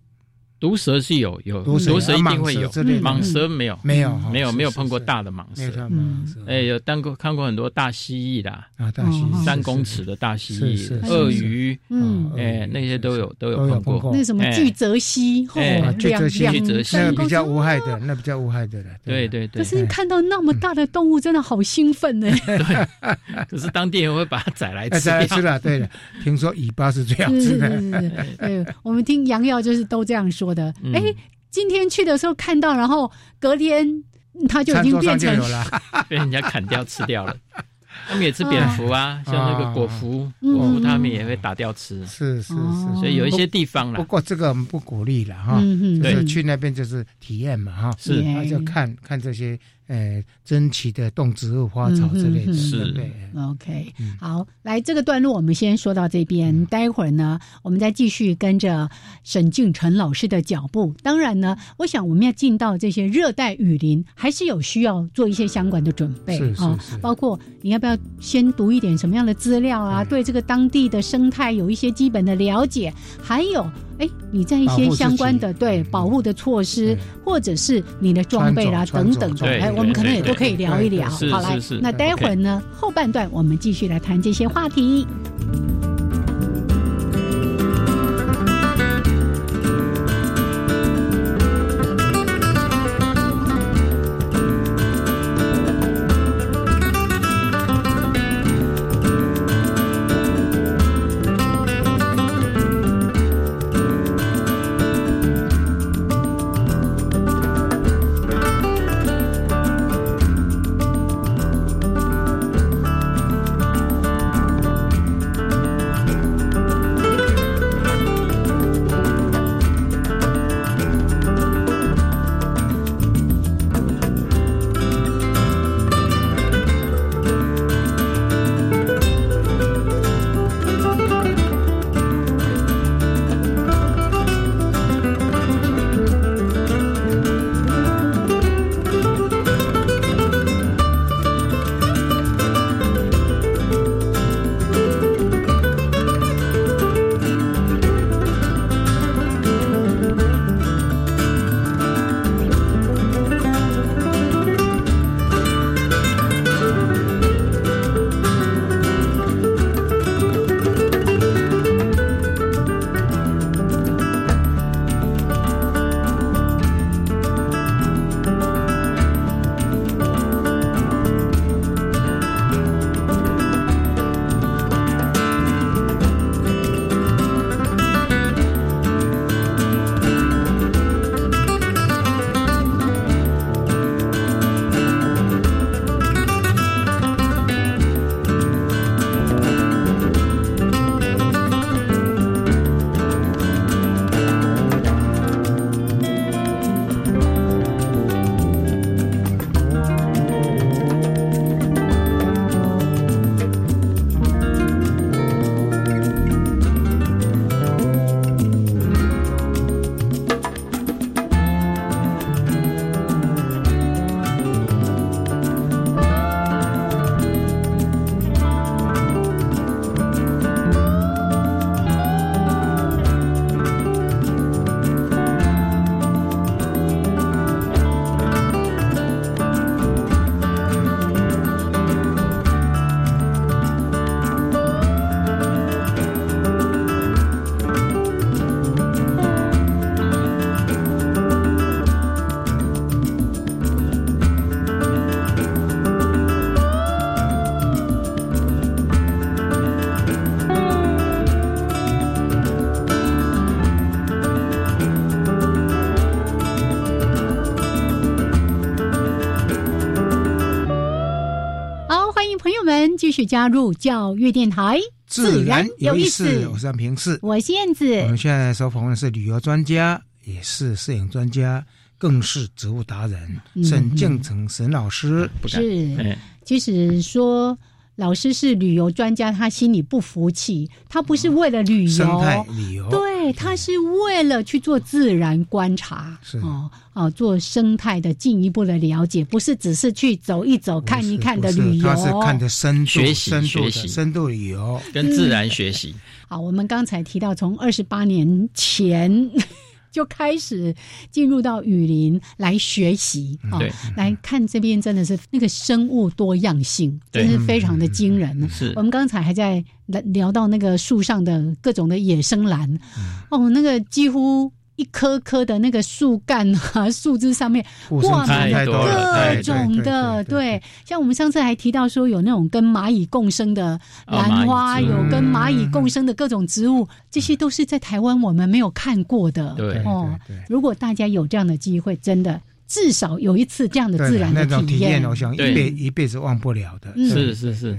毒蛇是有有毒蛇一啊定会有，蟒蛇没有嗯嗯没有哦没有没有碰过大的蟒蛇，嗯哎有当过看过很多大蜥蜴啦，啊大哦蜥蜴三公尺的大蜥蜴、鳄鱼，嗯哦哎那些都有都有碰过，那什么巨泽蜥，哎啊巨泽蜥巨泽蜥那比较无害的，那比较无害的了，对对对。可是看到那么大的动物，真的好兴奋呢。对， (laughs) 可是当地人会把它 (laughs) 宰来吃，宰哎来吃了。对了，听说尾巴是最好吃嗯的，对，我们听杨耀就是都这样说。的嗯嗯哎，今天去的时候看到，然后隔天它就已经变成被人家砍掉吃掉 (laughs) 了。他们也吃蝙蝠啊，哦像那个果蝠，哦果蝠他们也会打掉吃。嗯是是哦是，所以有一些地方啦，不过这个我们不鼓励了嗯哈。就是去那边就是体验嘛哈，是哎那就看看这些呃珍奇的动植物、花草之嗯类的。是对。 OK，好，嗯来这个段落我们先说到这边，待会儿呢，我们再继续跟着沈敬成老师的脚步。当然呢，我想我们要进到这些热带雨林，还是有需要做一些相关的准备啊，包括你要不要先读一点什么样的资料啊，对这个当地的生态有一些基本的了解，还有。哎，你在一些相关的对保护的措施，或者是你的装备啦等等的，哎，我们可能也都可以聊一聊。好来，那待会儿呢，后半段我们继续来谈这些话题。们继续加入教育电台，自然有意思。我是安平市，我是燕子。我们现在所访问的是旅游专家，也是摄影专家，更是植物达人、嗯、沈敬成沈老师。嗯不敢哎是，即使说。老师是旅游专家，他心里不服气，他不是为了旅游，生态旅游，对，他是为了去做自然观察，哦哦，做生态的进一步的了解，不是只是去走一走、看一看的旅游，他是看的深度学习、深度的深度旅游，跟自然学习。嗯、好，啊我们刚才提到，从二十八年前。 (laughs) 就开始进入到雨林来学习嗯啊、哦，来看这边真的是那个生物多样性，真是非常的惊人。嗯、是我们刚才还在聊到那个树上的各种的野生兰，嗯、哦，那个几乎一棵棵的那个树干啊、树枝上面挂满了哎各种的，哎对，像我们上次还提到说有那种跟蚂蚁共生的兰花，哦、有跟蚂蚁共生的各种植物。嗯这些都是在台湾我们没有看过的，对哦。如果大家有这样的机会，真的至少有一次这样的自然那种体验，我想一辈一辈子忘不了的。嗯是嗯是是，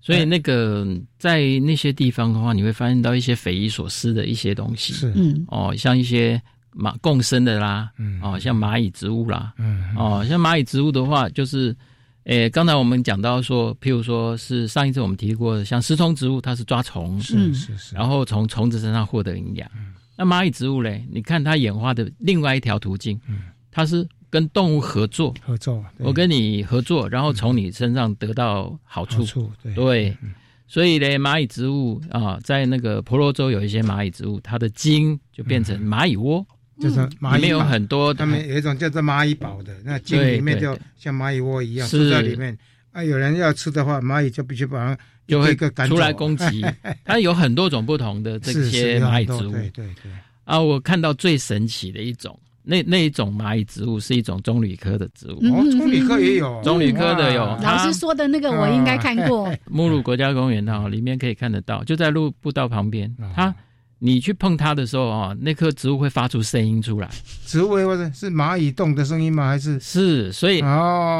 所以那个在那些地方的话，你会发现到一些匪夷所思的一些东西，是嗯哦，像一些蚂共生的啦，嗯哦，像蚂蚁植物啦，嗯哦，像蚂蚁植物的话，就是诶，刚才我们讲到说，譬如说是上一次我们提过，像丝虫植物，它是抓虫，嗯是是是。然后从虫子身上获得营养。嗯、那蚂蚁植物嘞？你看它演化的另外一条途径，嗯、它是跟动物合作，合作。我跟你合作，然后从你身上得到好处。好处对。对嗯、所以嘞，蚂蚁植物啊、呃，在那个婆罗洲有一些蚂蚁植物，它的茎就变成蚂蚁窝。就是蚂蚁，里嗯面有很多，他们有一种叫做蚂蚁堡的，那茎里面就像蚂蚁窝一样住在里面。啊，有人要吃的话，蚂蚁就必须把它就会赶出来 (laughs) 攻击。它有很多种不同的这些蚂蚁植物，对对对。哦啊，我看到最神奇的一种，那那一种蚂蚁植物是一种棕榈科的植物。哦，棕榈科也有，棕榈嗯科的有。老师说的那个我应该看啊过，目鲁国家公园哈，里面可以看得到，就在路步道旁边，嗯它。你去碰它的时候啊、哦，那棵植物会发出声音出来。植物或者是蚂蚁动的声音吗？还是是，所以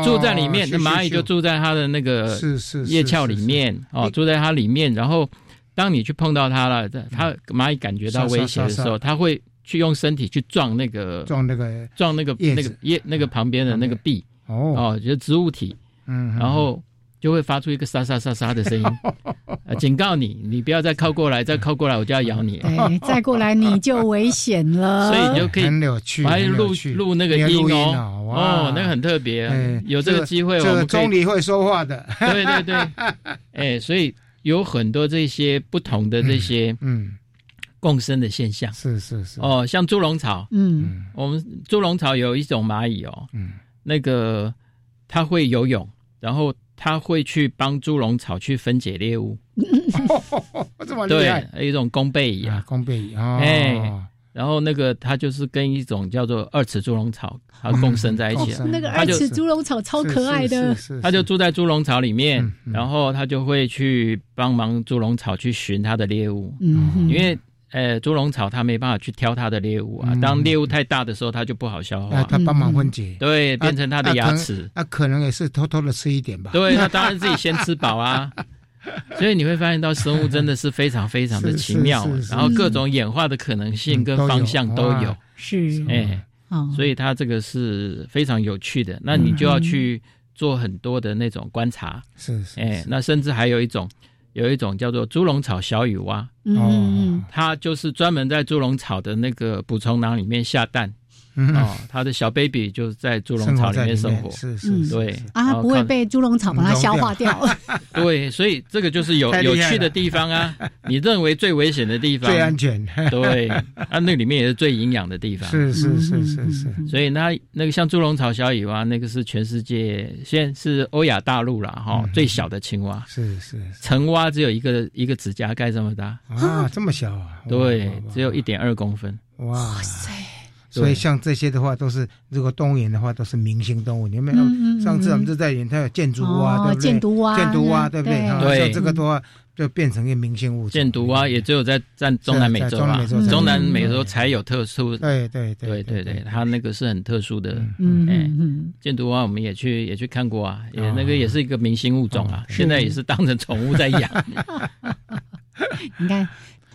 住在里面，哦、那蚂蚁就住在它的那个是是叶鞘里面哦，住在它里面。然后，当你去碰到它了，嗯它蚂蚁感觉到威胁的时候，它会去用身体去撞那个撞那个撞那个那个叶那个旁边的那个壁哦哦，就是植物体嗯，然后。就会发出一个沙沙沙沙的 (laughs) 声音，啊，警告你，你不要再靠嗯过来，再靠过来我就要咬 (laughs) 你。哎对，哎再过来你就危险了。所以你就可以很有趣，还录录那个音啊哦，哦，那个很特别。哎有这个机会，我们钟离会说话的。 (laughs) 对对对， (laughs) 哎，所以有很多这些不同的这些嗯共生的现象。是是是。哦，像猪笼草，嗯，我们猪笼草有一种蚂蚁哦，嗯，那个它会游泳，然后。它会去帮猪笼草去分解猎物，这么啊厉害！对，一种弓背蚁啊，弓背蚁啊，哎，然后那个它就是跟一种叫做二齿猪笼草，它啊共生在一起。那个二齿猪笼草超可爱的，它就住在猪笼草里面，然后它就会去帮忙猪笼草去寻它的猎物。嗯，哦因为呃猪笼草它没办法去挑它的猎物啊，当猎物太大的时候，它就不好啊嗯消化。它啊帮忙分解，对，变成它的牙齿。那可能也是偷偷的吃一点吧。 (laughs) 对，那当然自己先吃饱 (laughs) 啊。所以你会发现到生物真的是非常非常的奇妙，然后各种演化的可能性跟方向嗯都有。是，哦哎，所以它这个是非常有趣的。那你就要去做很多的那种观察。是，是，哎，那甚至还有一种。有一种叫做猪笼草小雨蛙，哦嗯，它就是专门在猪笼草的那个捕虫囊里面下蛋，嗯哦，它的小 baby 就在猪笼草里面生活，是是，对啊，它不会被猪笼草把它消化掉， (laughs) 对，所以这个就是有有趣的地方 (laughs) 啊，你认为最危险的地方，啊最安全，对，啊，那里面也是最营养的嗯地方，是 (laughs) 是是是是，所以那那个像猪笼草小雨蛙，那个是全世界现在是欧亚大陆了哈嗯最小的青蛙，是是，成蛙。它只有一个一个指甲盖这么大 (laughs) 啊，这么小啊！对，只有一点二公分。哇塞！所以像这些的话，都是如果动物园的话，都是明星动物。你有嗯没有？上次我们就在演，它有箭竹蛙，啊对不对？箭竹蛙，箭竹蛙，啊对不对？对，这个的话就变成一个明星物种。箭竹蛙啊也只有在占中南美洲啊，中南美洲才有特殊。对对对对对，它那个是很特殊的。嗯嗯嗯。箭毒啊蛙我们也去也去看过啊，也那个也是一个明星物种啊，现在也是当成宠物在养。你看，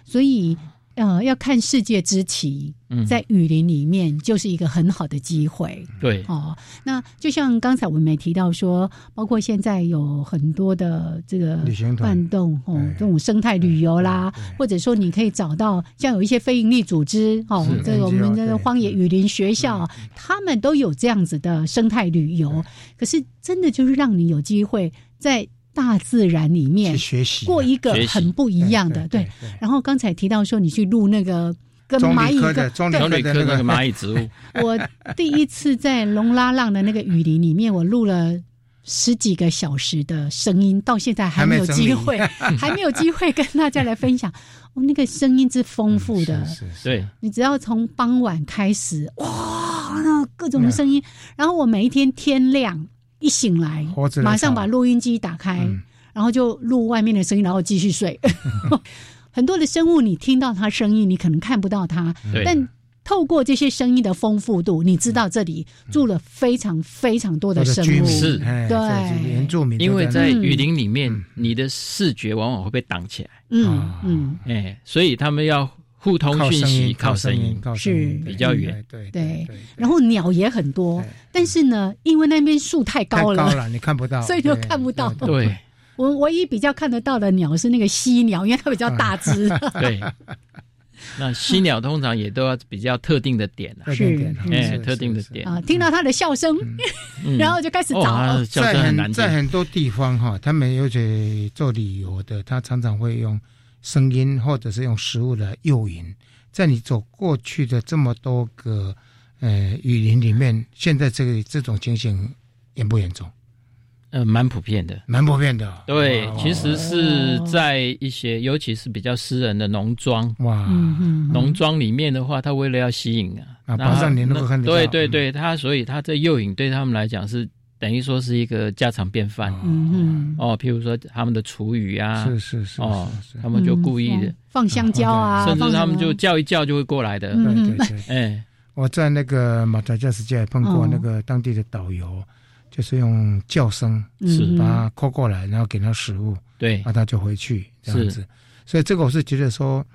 所以呃，要看世界之奇，嗯在雨林里面就是一个很好的机会。对哦，那就像刚才我们也提到说，包括现在有很多的这个旅行团办动哦，这种生态旅游啦，或者说你可以找到像有一些非营利组织哦，是这个我 NGO 们的对嗯荒野雨林学校，他们都有这样子的生态旅游。可是真的就是让你有机会在大自然里面去学习过一个学习很不一样的对。然后刚才提到说你去录那个跟中蚂理蚁科的跟中对理科的那那个个蚂蚁植物， (laughs) 我第一次在龙拉浪的那个雨林里面，我录了。十几个小时的声音，到现在还没有还没整理机会， (laughs) 还没有机会跟大家来分享。哦，那个声 (laughs) 音是嗯丰富的，对，你只要从傍晚开始，哇，那各种声音。然后我每一天天亮一醒来猴子，来马上吵把录音机打开，嗯然后就录外面的声音，然后继续 (laughs) 睡。很多的生物，你听到它声音，你可能看不到它对，但透过这些声音的丰富度，你知道这里住了非常非常多的或者生居物，民是哎这是对，原住民都因为那在里雨林里面，你的视觉往往会被挡起来，嗯嗯，哎，所以他们要互通靠讯声息，音，靠靠声声音音，靠声音是比较远。对对，对。然后鸟也很多，但是呢，因为那边树太太高了，了，你看不到，所以就对看不到。对 (laughs) 我唯一比较看得到的鸟是那个犀鸟，因为它比较大 (laughs) 只。对。那犀鸟通常也都要比较特定的点啊，特定点是哎，特定的点，啊，听到它的笑声，(laughs) 嗯然后就开始哦找它。叫声在很难很听在很多地方哈，他们尤其做旅游的，他常常会用声音或者是用食物来诱引。在你走过去的这么多个呃雨林里面，现在这个这种情形严不严重？呃，蛮普遍的。蛮普遍的哦、对哇，其实是在一些，尤其是比较私人的农庄，哇，嗯农庄里面的话，他为了要吸引啊，啊那保障你能够那看得到对对对，他所以他这诱引对他们来讲是等于说是一个家常便饭嗯嗯，哦，譬如说他们的厨余啊，是是是哦是是，他们就故意的，嗯哦放香蕉啊，甚放至什么他们就叫一叫就会过来的，对对嗯对。哎， (laughs) 我在那个马达加斯加也碰过哦那个当地的导游，就是用叫声哦是嗯把他扣过来，然后给他食物，啊对那他就回去这样子是。所以这个我是觉得说，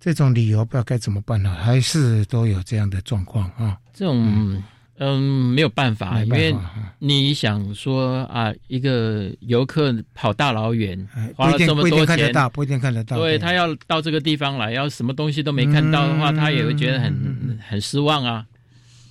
这种旅游不知道该怎么办了、还是都有这样的状况啊。这种嗯没有办法，没因办为法啊你想说啊，一个游客跑大老远哎，不花一了这定不么一多定看得钱，到，不一定看得到。对他要到这个地方来，要什么东西都没看到的话，嗯他也会觉得很、很失望啊。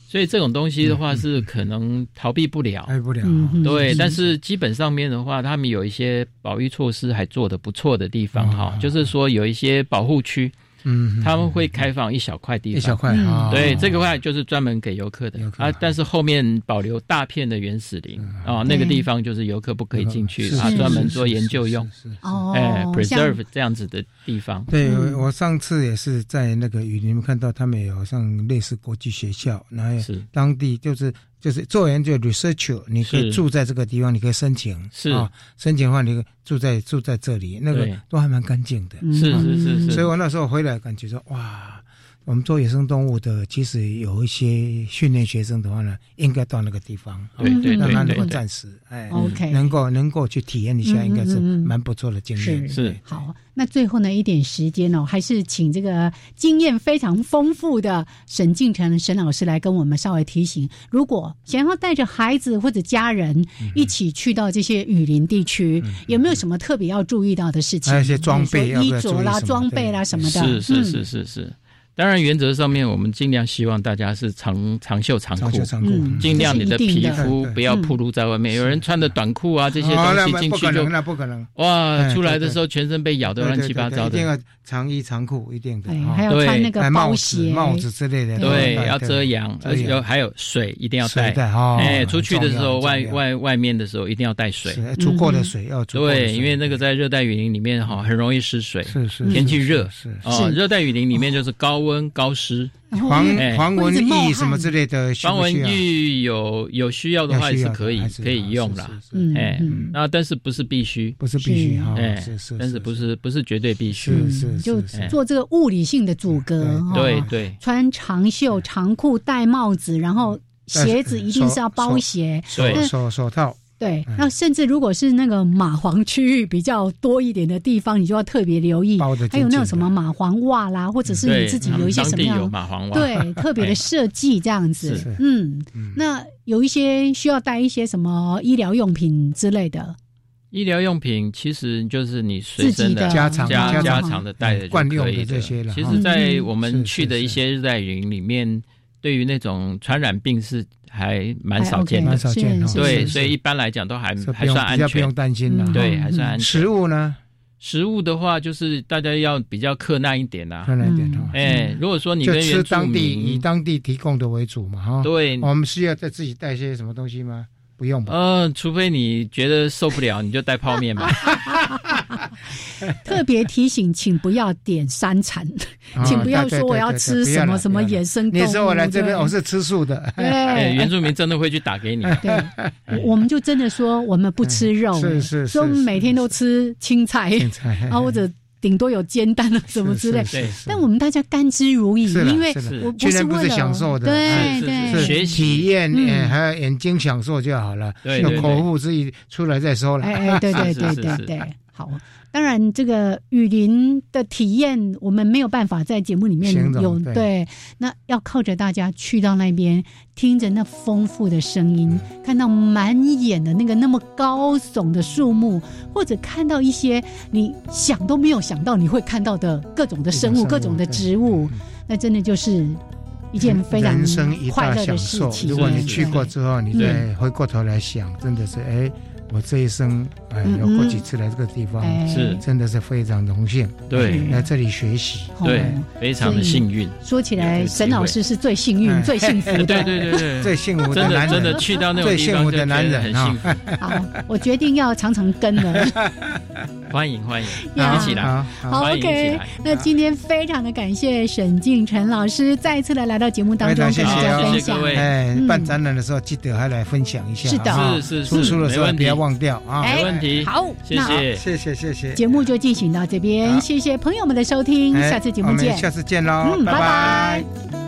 所以这种东西的话是可能逃避不了，开不了啊。嗯嗯对。嗯但是基本上面的话，他们有一些保育措施还做得不错的地方哈、就是说有一些保护区，啊嗯，他们会开放一小块地一小方。块啊，对，这个话就是专门给游客的游客嗯啊，但是后面保留大片的原始林啊，那个地方就是游客不可以进去是啊，是专门是做是研是究是用，是是哦，哎像，preserve 这样子的地方。对，嗯我上次也是在那个雨林看到他们有像类似国际学校，然后是当地就是就是做研究 research，你可以是住在这个地方，你可以申请，是啊、申请的话你可以住在住在这里，那个对嗯都还蛮干净的。是是是是，所以我那时候回来感觉说，哇，我们做野生动物的，其实有一些训练学生的话呢，应该到那个地方，啊对对让他对能够对对，暂时，哎， OK 能够能够去体验一下，哦嗯嗯应该是嗯嗯蛮不错的经是验。嗯是好，那最后呢一点时间哦，还是请这个经验非常丰富的沈敬成沈老师来跟我们稍微提醒，如果想要带着孩子或者家人嗯一起去到这些雨林地区，嗯有没有什么特别要注意到的事情？哎还有一些嗯哎装比如说备要不要衣着注意啦、什么装备啦对什么的。是是嗯是是是。当然，原则上面我们尽量希望大家是长长袖长长裤袖，长裤，嗯嗯尽量你这是一定皮的肤对不要暴露在外面。有人穿的短裤啊这些哦那东不西进不去可就能，那不可能。哇，哎出来的对对时候全身被咬得对乱对七对八对糟一定的。要长衣长裤，一定的。对哦还要对穿那个哎包帽鞋子、帽子之类的，对，都要戴遮阳，而且有还有水一定要水带。带哦哎，出去的时很重候要外很重要外外面的时候一定要带水。是足嗯够的水要足够的水。对，因为那个在热带雨林里面哈，很容易失水。是是天气热是是哦，是热带雨林里面就是高温高湿。然后黄哎黄或文者是冒玉汗什么之类的需防不蚊需要，浴有有需要的话要需是要可以还是可以要用是啦。是是嗯哎嗯，那但是不是必须？不是必须是哈，哎是是，但是不是不是绝对必须？是是嗯是就是做这个物理性的阻隔，对哈对对嗯穿长袖长裤、戴帽子，然后鞋子一定是要包鞋，手手手套。对，嗯那甚至如果是那个蚂蟥区域比较多一点的地方，你就要特别留意。包的嗯还有那种什么蚂蟥袜啦，或者是你自己有一些什么样蚂蟥袜， (laughs) 哎对特别的设计这样子。嗯，那有一些需要带一些什么医疗用品之类的。医疗用品其实就是你随身的家常家家常的带着惯就可以以这些了。嗯其实，在我们去的一些热带雨林里面，对于那种传染病是还哎蛮少见的，蛮少见的。对，所以一 (laughs) 般来讲都还嗯还算安全，全，不用嗯担心嗯了。对，还算安全。食物呢？食物的话，就是大家要比较克难一点啦。克难一点嗯哦。啊哎，如果说你就跟吃原当住地以民，当地提供的为主嘛，哈。哦对我们需要再自己带些什么东西吗？不用吧。呃，除非你觉得受不了，你就带泡 (laughs) 面吧。特别提醒，请不要点山产，啊请不要说我要吃什么什么野生动物。你说我来这边，对我是吃素 (laughs) 的。 (laughs) 哎，对原住民真的会去打给你。哎对，我我们就真的说我们不吃肉， (laughs) 是是是说我们每天都吃青菜，青菜 (laughs) 啊或者。顶多有煎蛋啊什么之类哎是是是是，但我们大家甘之如饴，是啦因为是啦我去那是边不为是了享受的，对哎对，是体验，嗯哎还有眼睛享受就好了。对有对对口腹之欲出来再说了。哎哎，对对是对是对是对，好。哦当然，这个雨林的体验，我们没有办法在节目里面形容有对那要靠着大家去到那边，听着那丰富的声音，嗯看到满眼的那个那么高耸的树木，或者看到一些你想都没有想到你会看到的各种的哎生物、各各种生种物的植嗯物，那真的就是一件非常人生一快大乐享的事受。情。如果你对去过之后，你再嗯回过头来想，真的是哎，我这一生哎嗯有过几次来这个地方哎，是真的是非常荣幸。对来这里学习。对哦，非常的幸运。说起来，有这个机会沈老师是最幸运、哎最幸福的。对对对对，最幸福的真男的人，真的去到那种最地幸福方的就觉得男很人啊幸！福。好，我决定要常常跟 (laughs) 了。欢迎欢迎，呀一起来，好欢迎一起，OK 来。。那今天非常的感谢沈敬晨老师再次的来到节目当中非常跟谢谢大家好分谢谢享各。位哎嗯，办展览的时候记得还来分享一下。是的啊是是是出书的时候没问不题要忘掉啊。哎哎没问题，好谢那谢。谢谢谢谢。节目就进行到这边，好谢谢朋友们的收听，哎下次节目我们见。下次见喽，嗯拜拜拜